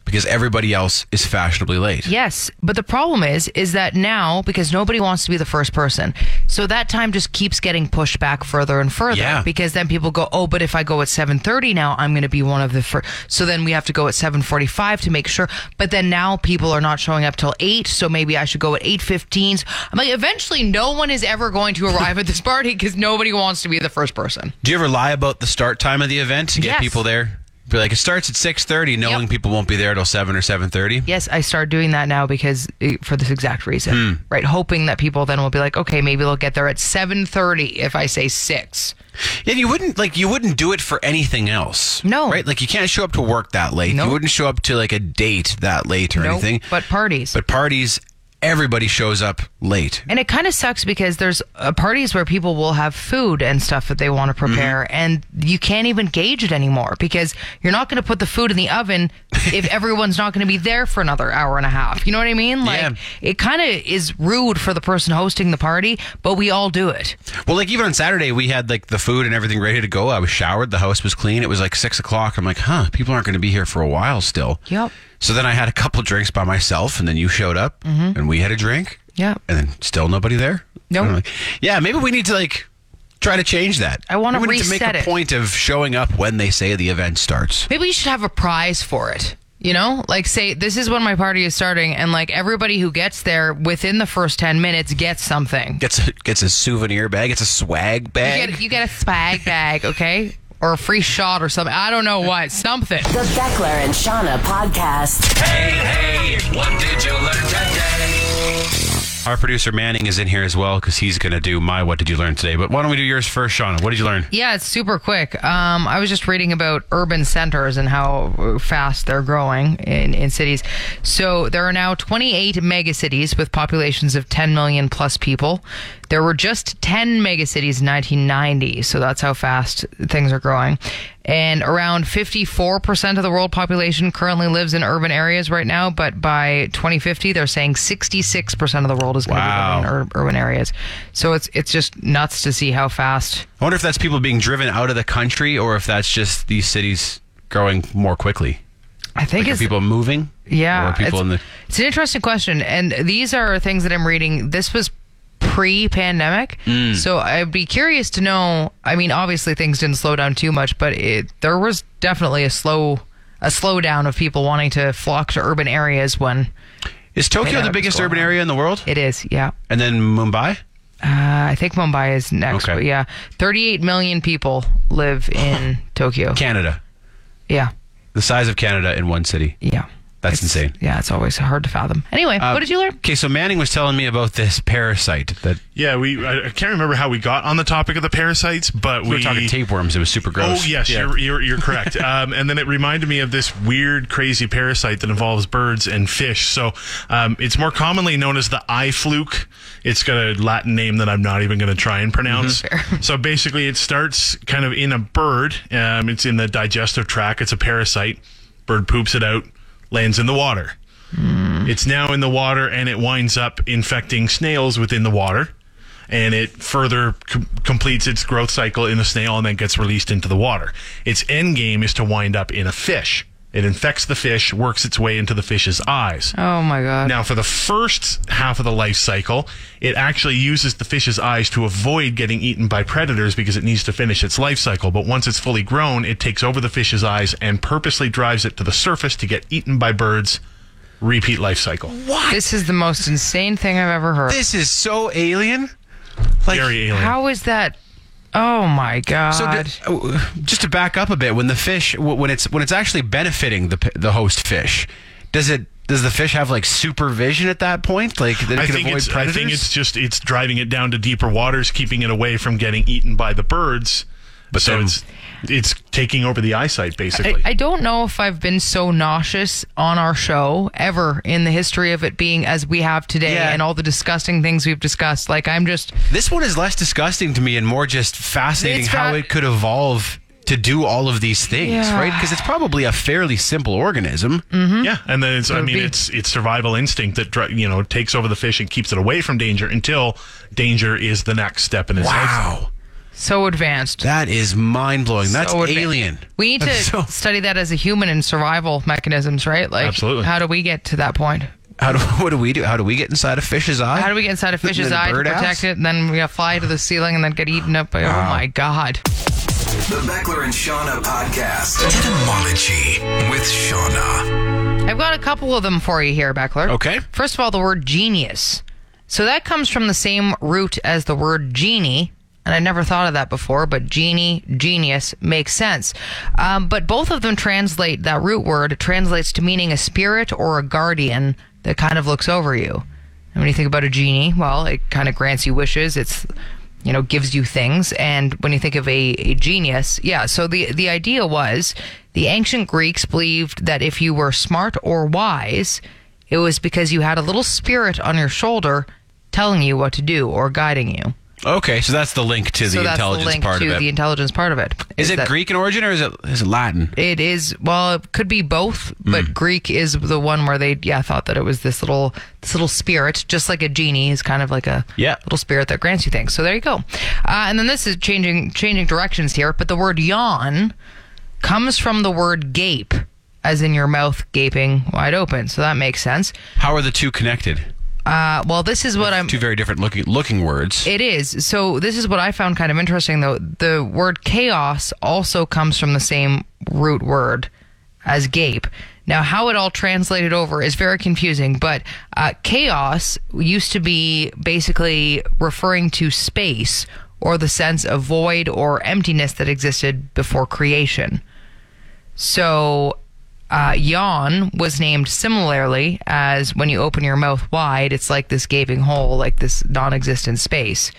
[SPEAKER 3] because everybody else is fashionably late.
[SPEAKER 4] Yes, but the problem is is that now because nobody wants to be the first person. So that time just keeps getting pushed back further and further
[SPEAKER 3] Yeah.
[SPEAKER 4] because then people go, "Oh, but if I go at 7:30 now, I'm going to be one of the first. So then we have to go at 7:45 to make sure. But then now people are not showing up till 8, so maybe I should go at 8:15. So I'm like eventually no one is ever going to arrive at this party cuz nobody wants to be the first person.
[SPEAKER 3] Do you ever lie about the start time of the event to get
[SPEAKER 4] Yes.
[SPEAKER 3] people there? Be like it starts at six thirty, knowing
[SPEAKER 4] Yep.
[SPEAKER 3] people won't be there till seven or seven thirty.
[SPEAKER 4] Yes, I start doing that now because eh, for this exact reason,
[SPEAKER 3] Hmm.
[SPEAKER 4] right? Hoping that people then will be like, okay, maybe they'll get there at seven thirty if I say six.
[SPEAKER 3] And you wouldn't like you wouldn't do it for anything else.
[SPEAKER 4] No.
[SPEAKER 3] Right? Like you can't show up to work that late.
[SPEAKER 4] Nope.
[SPEAKER 3] You wouldn't show up to like a date that late or
[SPEAKER 4] Nope,
[SPEAKER 3] anything.
[SPEAKER 4] but parties.
[SPEAKER 3] But parties, everybody shows up late.
[SPEAKER 4] And it kind of sucks because there's uh, parties where people will have food and stuff that they want
[SPEAKER 3] Mm-hmm.
[SPEAKER 4] to prepare, and you can't even gauge it anymore because you're not going to put the food in the oven if everyone's not going to be there for another hour and a half. You know what I mean? Like,
[SPEAKER 3] Yeah.
[SPEAKER 4] it kind of is rude for the person hosting the party, but we all do it.
[SPEAKER 3] Well, like even on Saturday, we had like the food and everything ready to go. I was showered, the house was clean. It was like six o'clock. I'm like, huh, people aren't going to be here for a while still.
[SPEAKER 4] Yep.
[SPEAKER 3] So then I had a couple drinks by myself, and then you showed up,
[SPEAKER 4] Mm-hmm.
[SPEAKER 3] and we had a drink.
[SPEAKER 4] Yep.
[SPEAKER 3] And then still nobody there.
[SPEAKER 4] Nope.
[SPEAKER 3] I'm like, yeah, maybe we need to like try to change that.
[SPEAKER 4] I wanna
[SPEAKER 3] Maybe we need
[SPEAKER 4] reset
[SPEAKER 3] to make
[SPEAKER 4] it.
[SPEAKER 3] a point of showing up when they say the event starts.
[SPEAKER 4] Maybe you should have a prize for it. You know, like say this is when my party is starting, and like everybody who gets there within the first ten minutes gets something.
[SPEAKER 3] Gets a, gets a souvenir bag. It's a swag
[SPEAKER 4] You
[SPEAKER 3] bag.
[SPEAKER 4] get, you get a swag bag, okay? Or a free shot or something. I don't know what. Something.
[SPEAKER 1] The Beckler and Shauna podcast.
[SPEAKER 3] Our producer Manning is in here as well because he's going to do my what did you learn today. But why don't we do yours first, Shauna? What did you learn?
[SPEAKER 4] Yeah, it's super quick. Um, I was just reading about urban centers and how uh, fast they're growing in, in cities. So there are now 28 megacities with populations of 10 million plus people. There were just 10 megacities in 1990, so that's how fast things are growing. And around 54% of the world population currently lives in urban areas right now, but by 2050, they're saying 66% of the world is going to
[SPEAKER 3] Wow.
[SPEAKER 4] be living in ur- urban areas. So it's it's just nuts to see how fast.
[SPEAKER 3] I wonder if that's people being driven out of the country or if that's just these cities growing more quickly.
[SPEAKER 4] I think
[SPEAKER 3] Like, are
[SPEAKER 4] it's
[SPEAKER 3] people moving?
[SPEAKER 4] yeah.
[SPEAKER 3] Or are people
[SPEAKER 4] it's,
[SPEAKER 3] in the.
[SPEAKER 4] it's an interesting question, and these are things that I'm reading. This was pre-pandemic,
[SPEAKER 3] Mm.
[SPEAKER 4] so I'd be curious to know. I mean, obviously things didn't slow down too much, but it, there was definitely a slow a slowdown of people wanting to flock to urban areas when
[SPEAKER 3] Is Tokyo
[SPEAKER 4] Wait,
[SPEAKER 3] the
[SPEAKER 4] I
[SPEAKER 3] biggest
[SPEAKER 4] was
[SPEAKER 3] urban area in the world?
[SPEAKER 4] it is. Yeah,
[SPEAKER 3] And then Mumbai?
[SPEAKER 4] uh, I think Mumbai is next.
[SPEAKER 3] Okay.
[SPEAKER 4] But yeah, 38 million people live in Tokyo.
[SPEAKER 3] Canada.
[SPEAKER 4] Yeah,
[SPEAKER 3] The size of Canada in one city.
[SPEAKER 4] yeah.
[SPEAKER 3] That's
[SPEAKER 4] It's-
[SPEAKER 3] insane. Uh,
[SPEAKER 4] Yeah, it's always hard to fathom. Anyway, what did you learn?
[SPEAKER 3] Okay, so Manning was telling me about this parasite that
[SPEAKER 7] Yeah, we. I I can't remember how we got on the topic of the parasites, but we,
[SPEAKER 3] we were talking tapeworms. It was super gross.
[SPEAKER 7] Oh yes, you're, you're you're correct. um, and then it reminded me of this weird, crazy parasite that involves birds and fish. So um, it's more commonly known as the eye fluke. It's got a Latin name that I'm not even going to try and pronounce.
[SPEAKER 3] Mm-hmm.
[SPEAKER 7] so basically, it starts kind of in a bird. Um, it's in the digestive tract. It's a parasite. Bird poops it out, lands in the water. It's now in the water and it winds up infecting snails within the water. And it further com- completes its growth cycle in the snail and then gets released into the water. Its end game is to wind up in a fish. It infects the fish, works its way into the fish's eyes.
[SPEAKER 4] Oh my god.
[SPEAKER 7] Now, for the first half of the life cycle, it actually uses the fish's eyes to avoid getting eaten by predators because it needs to finish its life cycle. But once it's fully grown, it takes over the fish's eyes and purposely drives it to the surface to get eaten by birds. Repeat life cycle.
[SPEAKER 4] This is the most insane thing I've ever heard.
[SPEAKER 3] This is so alien. Like,
[SPEAKER 7] Very alien.
[SPEAKER 4] How is that? Oh my god.
[SPEAKER 3] So d- oh, just to back up a bit, when the fish, wh- when it's when it's actually benefiting the p- the host fish, does it does the fish have like supervision at that point? Like that it
[SPEAKER 7] I
[SPEAKER 3] can
[SPEAKER 7] think,
[SPEAKER 3] avoid
[SPEAKER 7] it's, I
[SPEAKER 3] predators?
[SPEAKER 7] think it's just it's driving it down to deeper waters, keeping it away from getting eaten by the birds. But so
[SPEAKER 3] then-
[SPEAKER 7] it's it's taking over the eyesight
[SPEAKER 4] I,
[SPEAKER 7] basically.
[SPEAKER 4] I don't know if I've been so nauseous on our show ever in the history of it being as we have today
[SPEAKER 3] Yeah.
[SPEAKER 4] and all the disgusting things we've discussed. Like I'm just
[SPEAKER 3] this one is less disgusting to me and more just fascinating
[SPEAKER 4] It's
[SPEAKER 3] how
[SPEAKER 4] fa-
[SPEAKER 3] it could evolve to do all of these things,
[SPEAKER 4] Yeah. Mm.
[SPEAKER 3] right? Because it's probably a fairly simple organism.
[SPEAKER 7] Yeah, and then it's I
[SPEAKER 4] Would
[SPEAKER 7] mean
[SPEAKER 4] uh-huh. be-
[SPEAKER 7] it's it's survival instinct that dri- you know takes over the fish and keeps it away from danger until danger is the next step in its life.
[SPEAKER 3] Wow,
[SPEAKER 4] so advanced.
[SPEAKER 3] that is mind blowing. That's
[SPEAKER 4] So advan-
[SPEAKER 3] alien.
[SPEAKER 4] We need to
[SPEAKER 3] That's so-
[SPEAKER 4] study that as a human and survival mechanisms, right? Like
[SPEAKER 7] Absolutely.
[SPEAKER 4] how do we get to that point?
[SPEAKER 3] how do what do we do? How do we get inside a fish's eye?
[SPEAKER 4] How do we get inside a
[SPEAKER 3] Th-
[SPEAKER 4] fish's
[SPEAKER 3] than a
[SPEAKER 4] eye to
[SPEAKER 3] bird
[SPEAKER 4] protect
[SPEAKER 3] ass?
[SPEAKER 4] it and then we gotta fly to the ceiling and then get eaten up by oh my god.
[SPEAKER 2] The Beckler and Shauna podcast. Etymology with Shauna.
[SPEAKER 4] I've got a couple of them for you here, Beckler.
[SPEAKER 3] Okay.
[SPEAKER 4] First of all, the word genius. So that comes from the same root as the word genie, And I never thought of that before, but genie, genius makes sense. Um, but both of them translate that root word translates to meaning a spirit or a guardian that kind of looks over you. And when you think about a genie, well, it kind of grants you wishes. It's you know gives you things. And when you think of a, a genius, yeah. So the the idea was the ancient Greeks believed that if you were smart or wise, it was because you had a little spirit on your shoulder telling you what to do or guiding you.
[SPEAKER 3] Okay, so that's the link to
[SPEAKER 4] so
[SPEAKER 3] the
[SPEAKER 4] that's
[SPEAKER 3] intelligence
[SPEAKER 4] the link
[SPEAKER 3] part
[SPEAKER 4] to
[SPEAKER 3] of it.
[SPEAKER 4] the intelligence part of it.
[SPEAKER 3] is it
[SPEAKER 4] that-
[SPEAKER 3] Greek in origin or is it is it Latin?
[SPEAKER 4] It is well, it could be both, but
[SPEAKER 3] Hmm.
[SPEAKER 4] Greek is the one where they yeah thought that it was this little this little spirit, just like a genie is kind of like a
[SPEAKER 3] Yeah.
[SPEAKER 4] little spirit that grants you things. So there you go. Uh, and then this is changing changing directions here, but the word yawn comes from the word gape, as in your mouth gaping wide open. So that makes sense.
[SPEAKER 3] How are the two connected?
[SPEAKER 4] Uh, well, this is what I'm
[SPEAKER 3] Two very different looking looking words.
[SPEAKER 4] it is. So this is what I found kind of interesting, though. The word chaos also comes from the same root word as gape. Now, how it all translated over is very confusing, but uh, chaos used to be basically referring to space or the sense of void or emptiness that existed before creation. So, uh, yawn was named similarly as when you open your mouth wide, it's like this gaping hole, like this non existent space.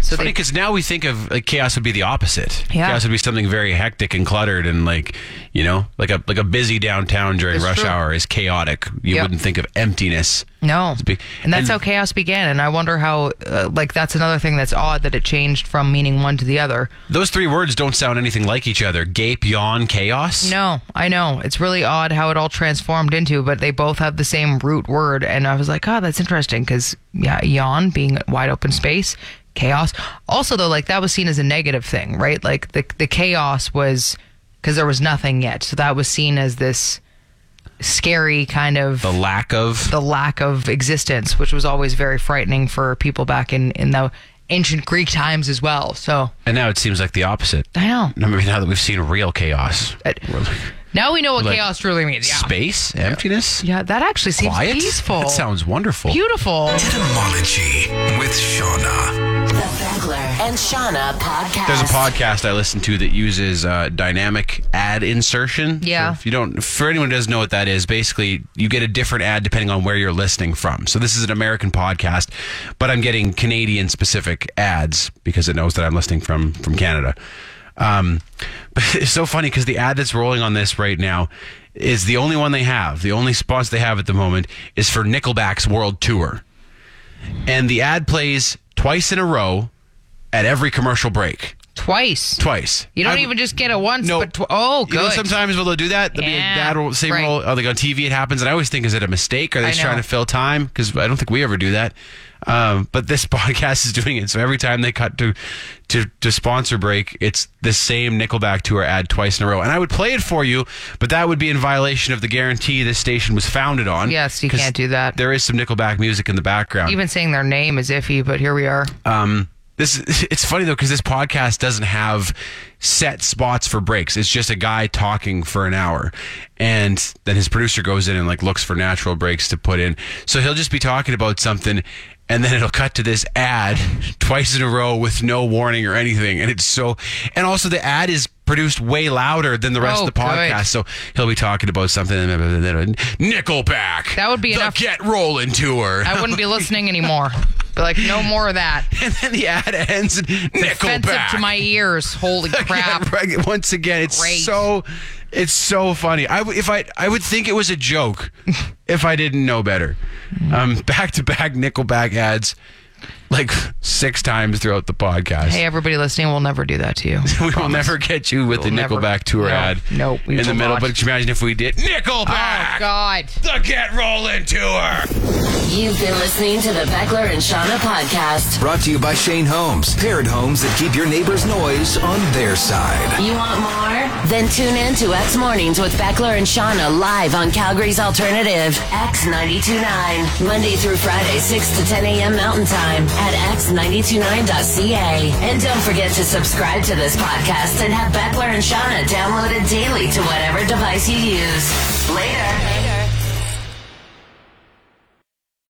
[SPEAKER 4] So,
[SPEAKER 3] Funny
[SPEAKER 4] they,
[SPEAKER 3] because now we think of like, chaos would be the opposite.
[SPEAKER 4] Yeah.
[SPEAKER 3] Chaos would be something very hectic and cluttered, and like you know, like a like a busy downtown during
[SPEAKER 4] That's
[SPEAKER 3] rush
[SPEAKER 4] true.
[SPEAKER 3] hour is chaotic. You
[SPEAKER 4] Yep.
[SPEAKER 3] wouldn't think of emptiness.
[SPEAKER 4] no.
[SPEAKER 3] big-
[SPEAKER 4] And that's
[SPEAKER 3] and-
[SPEAKER 4] how chaos began. And I wonder how, uh, like, that's another thing that's odd that it changed from meaning one to the other.
[SPEAKER 3] Those three words don't sound anything like each other. Gape, yawn, chaos.
[SPEAKER 4] No, I know. It's really odd how it all transformed into, but they both have the same root word. And I was like, oh, that's interesting because, yeah, yawn being wide open space, chaos. Also, though, like that was seen as a negative thing, right? Like the, the chaos was because there was nothing yet. So that was seen as this scary kind of
[SPEAKER 3] The lack of.
[SPEAKER 4] the lack of existence, which was always very frightening for people back in, in the ancient Greek times as well. So
[SPEAKER 3] and now it seems like the opposite.
[SPEAKER 4] I know.
[SPEAKER 3] No, maybe now that we've seen real chaos, We're like,
[SPEAKER 4] Now we know what
[SPEAKER 3] Like,
[SPEAKER 4] chaos truly means. Uh, Yeah.
[SPEAKER 3] space, emptiness,
[SPEAKER 4] Yeah, that actually seems
[SPEAKER 3] quiet.
[SPEAKER 4] peaceful.
[SPEAKER 3] That sounds wonderful.
[SPEAKER 4] beautiful.
[SPEAKER 2] Etymology with Shauna.
[SPEAKER 1] The Beckler and Shauna podcast.
[SPEAKER 3] There's a podcast I listen to that uses uh, dynamic ad insertion.
[SPEAKER 4] Yeah.
[SPEAKER 3] So if you don't, for anyone who doesn't know what that is, basically you get a different ad depending on where you're listening from. So this is an American podcast, but I'm getting Canadian specific ads because it knows that I'm listening from from Canada. Um, but it's so funny because the ad that's rolling on this right now is the only one they have. The only sponsor they have at the moment is for Nickelback's World Tour and the ad plays twice in a row at every commercial break.
[SPEAKER 4] Twice.
[SPEAKER 3] Twice.
[SPEAKER 4] You don't
[SPEAKER 3] I-
[SPEAKER 4] even just get it once,
[SPEAKER 3] No.
[SPEAKER 4] but tw- oh, good.
[SPEAKER 3] You know, sometimes will they do that? There'll
[SPEAKER 4] Yeah,
[SPEAKER 3] be a bad roll, same
[SPEAKER 4] right.
[SPEAKER 3] roll. Oh, like on TV, it happens, and I always think, is it a mistake? Are they
[SPEAKER 4] I
[SPEAKER 3] just trying
[SPEAKER 4] know.
[SPEAKER 3] to fill time? Because I don't think we ever do that. Um, but this podcast is doing it, so every time they cut to, to to sponsor break, it's the same Nickelback tour ad twice in a row. And I would play it for you, but that would be in violation of the guarantee this station was founded on.
[SPEAKER 4] Yes, you
[SPEAKER 3] 'Cause
[SPEAKER 4] can't do that.
[SPEAKER 3] There is some Nickelback music in the background.
[SPEAKER 4] Even saying their name is iffy, but here we are.
[SPEAKER 3] Um, this it's funny though because this podcast doesn't have set spots for breaks. It's just a guy talking for an hour, and then his producer goes in and like looks for natural breaks to put in. So he'll just be talking about something, and then it'll cut to this ad twice in a row with no warning or anything, and it's so. And also the ad is produced way louder than the rest
[SPEAKER 4] Oh,
[SPEAKER 3] of the podcast.
[SPEAKER 4] good.
[SPEAKER 3] So he'll be talking about something, and then Nickelback.
[SPEAKER 4] That would be
[SPEAKER 3] the
[SPEAKER 4] enough-
[SPEAKER 3] Get Rolling tour.
[SPEAKER 4] I wouldn't be listening anymore. But like, no more of that.
[SPEAKER 3] and then the ad ends.
[SPEAKER 4] Offensive
[SPEAKER 3] Nickelback
[SPEAKER 4] to my ears. Holy crap.
[SPEAKER 3] again, right, once again, it's
[SPEAKER 4] Great.
[SPEAKER 3] so it's so funny. I w- if I I would think it was a joke if I didn't know better.
[SPEAKER 4] Mm.
[SPEAKER 3] Um, back to back Nickelback ads, like six times throughout the podcast.
[SPEAKER 4] Hey, everybody listening, we'll never do that to you.
[SPEAKER 3] we will never get you with the
[SPEAKER 4] never-
[SPEAKER 3] Nickelback tour
[SPEAKER 4] No,
[SPEAKER 3] ad.
[SPEAKER 4] no, we
[SPEAKER 3] in the
[SPEAKER 4] will
[SPEAKER 3] middle.
[SPEAKER 4] not.
[SPEAKER 3] But could you imagine if we did
[SPEAKER 4] Oh,
[SPEAKER 3] Nickelback.
[SPEAKER 4] God.
[SPEAKER 3] the Get Rolling Tour.
[SPEAKER 1] You've been listening to the Beckler and Shauna podcast.
[SPEAKER 2] Brought to you by Shane Holmes. Paired homes that keep your neighbor's noise on their side.
[SPEAKER 1] You want more? Then tune in to X Mornings with Beckler and Shauna live on Calgary's Alternative, X929, Monday through Friday, 6 to 10 a.m. Mountain Time at x929.ca. And don't forget to subscribe to this podcast and have Beckler and Shauna downloaded daily to whatever device you use. Later.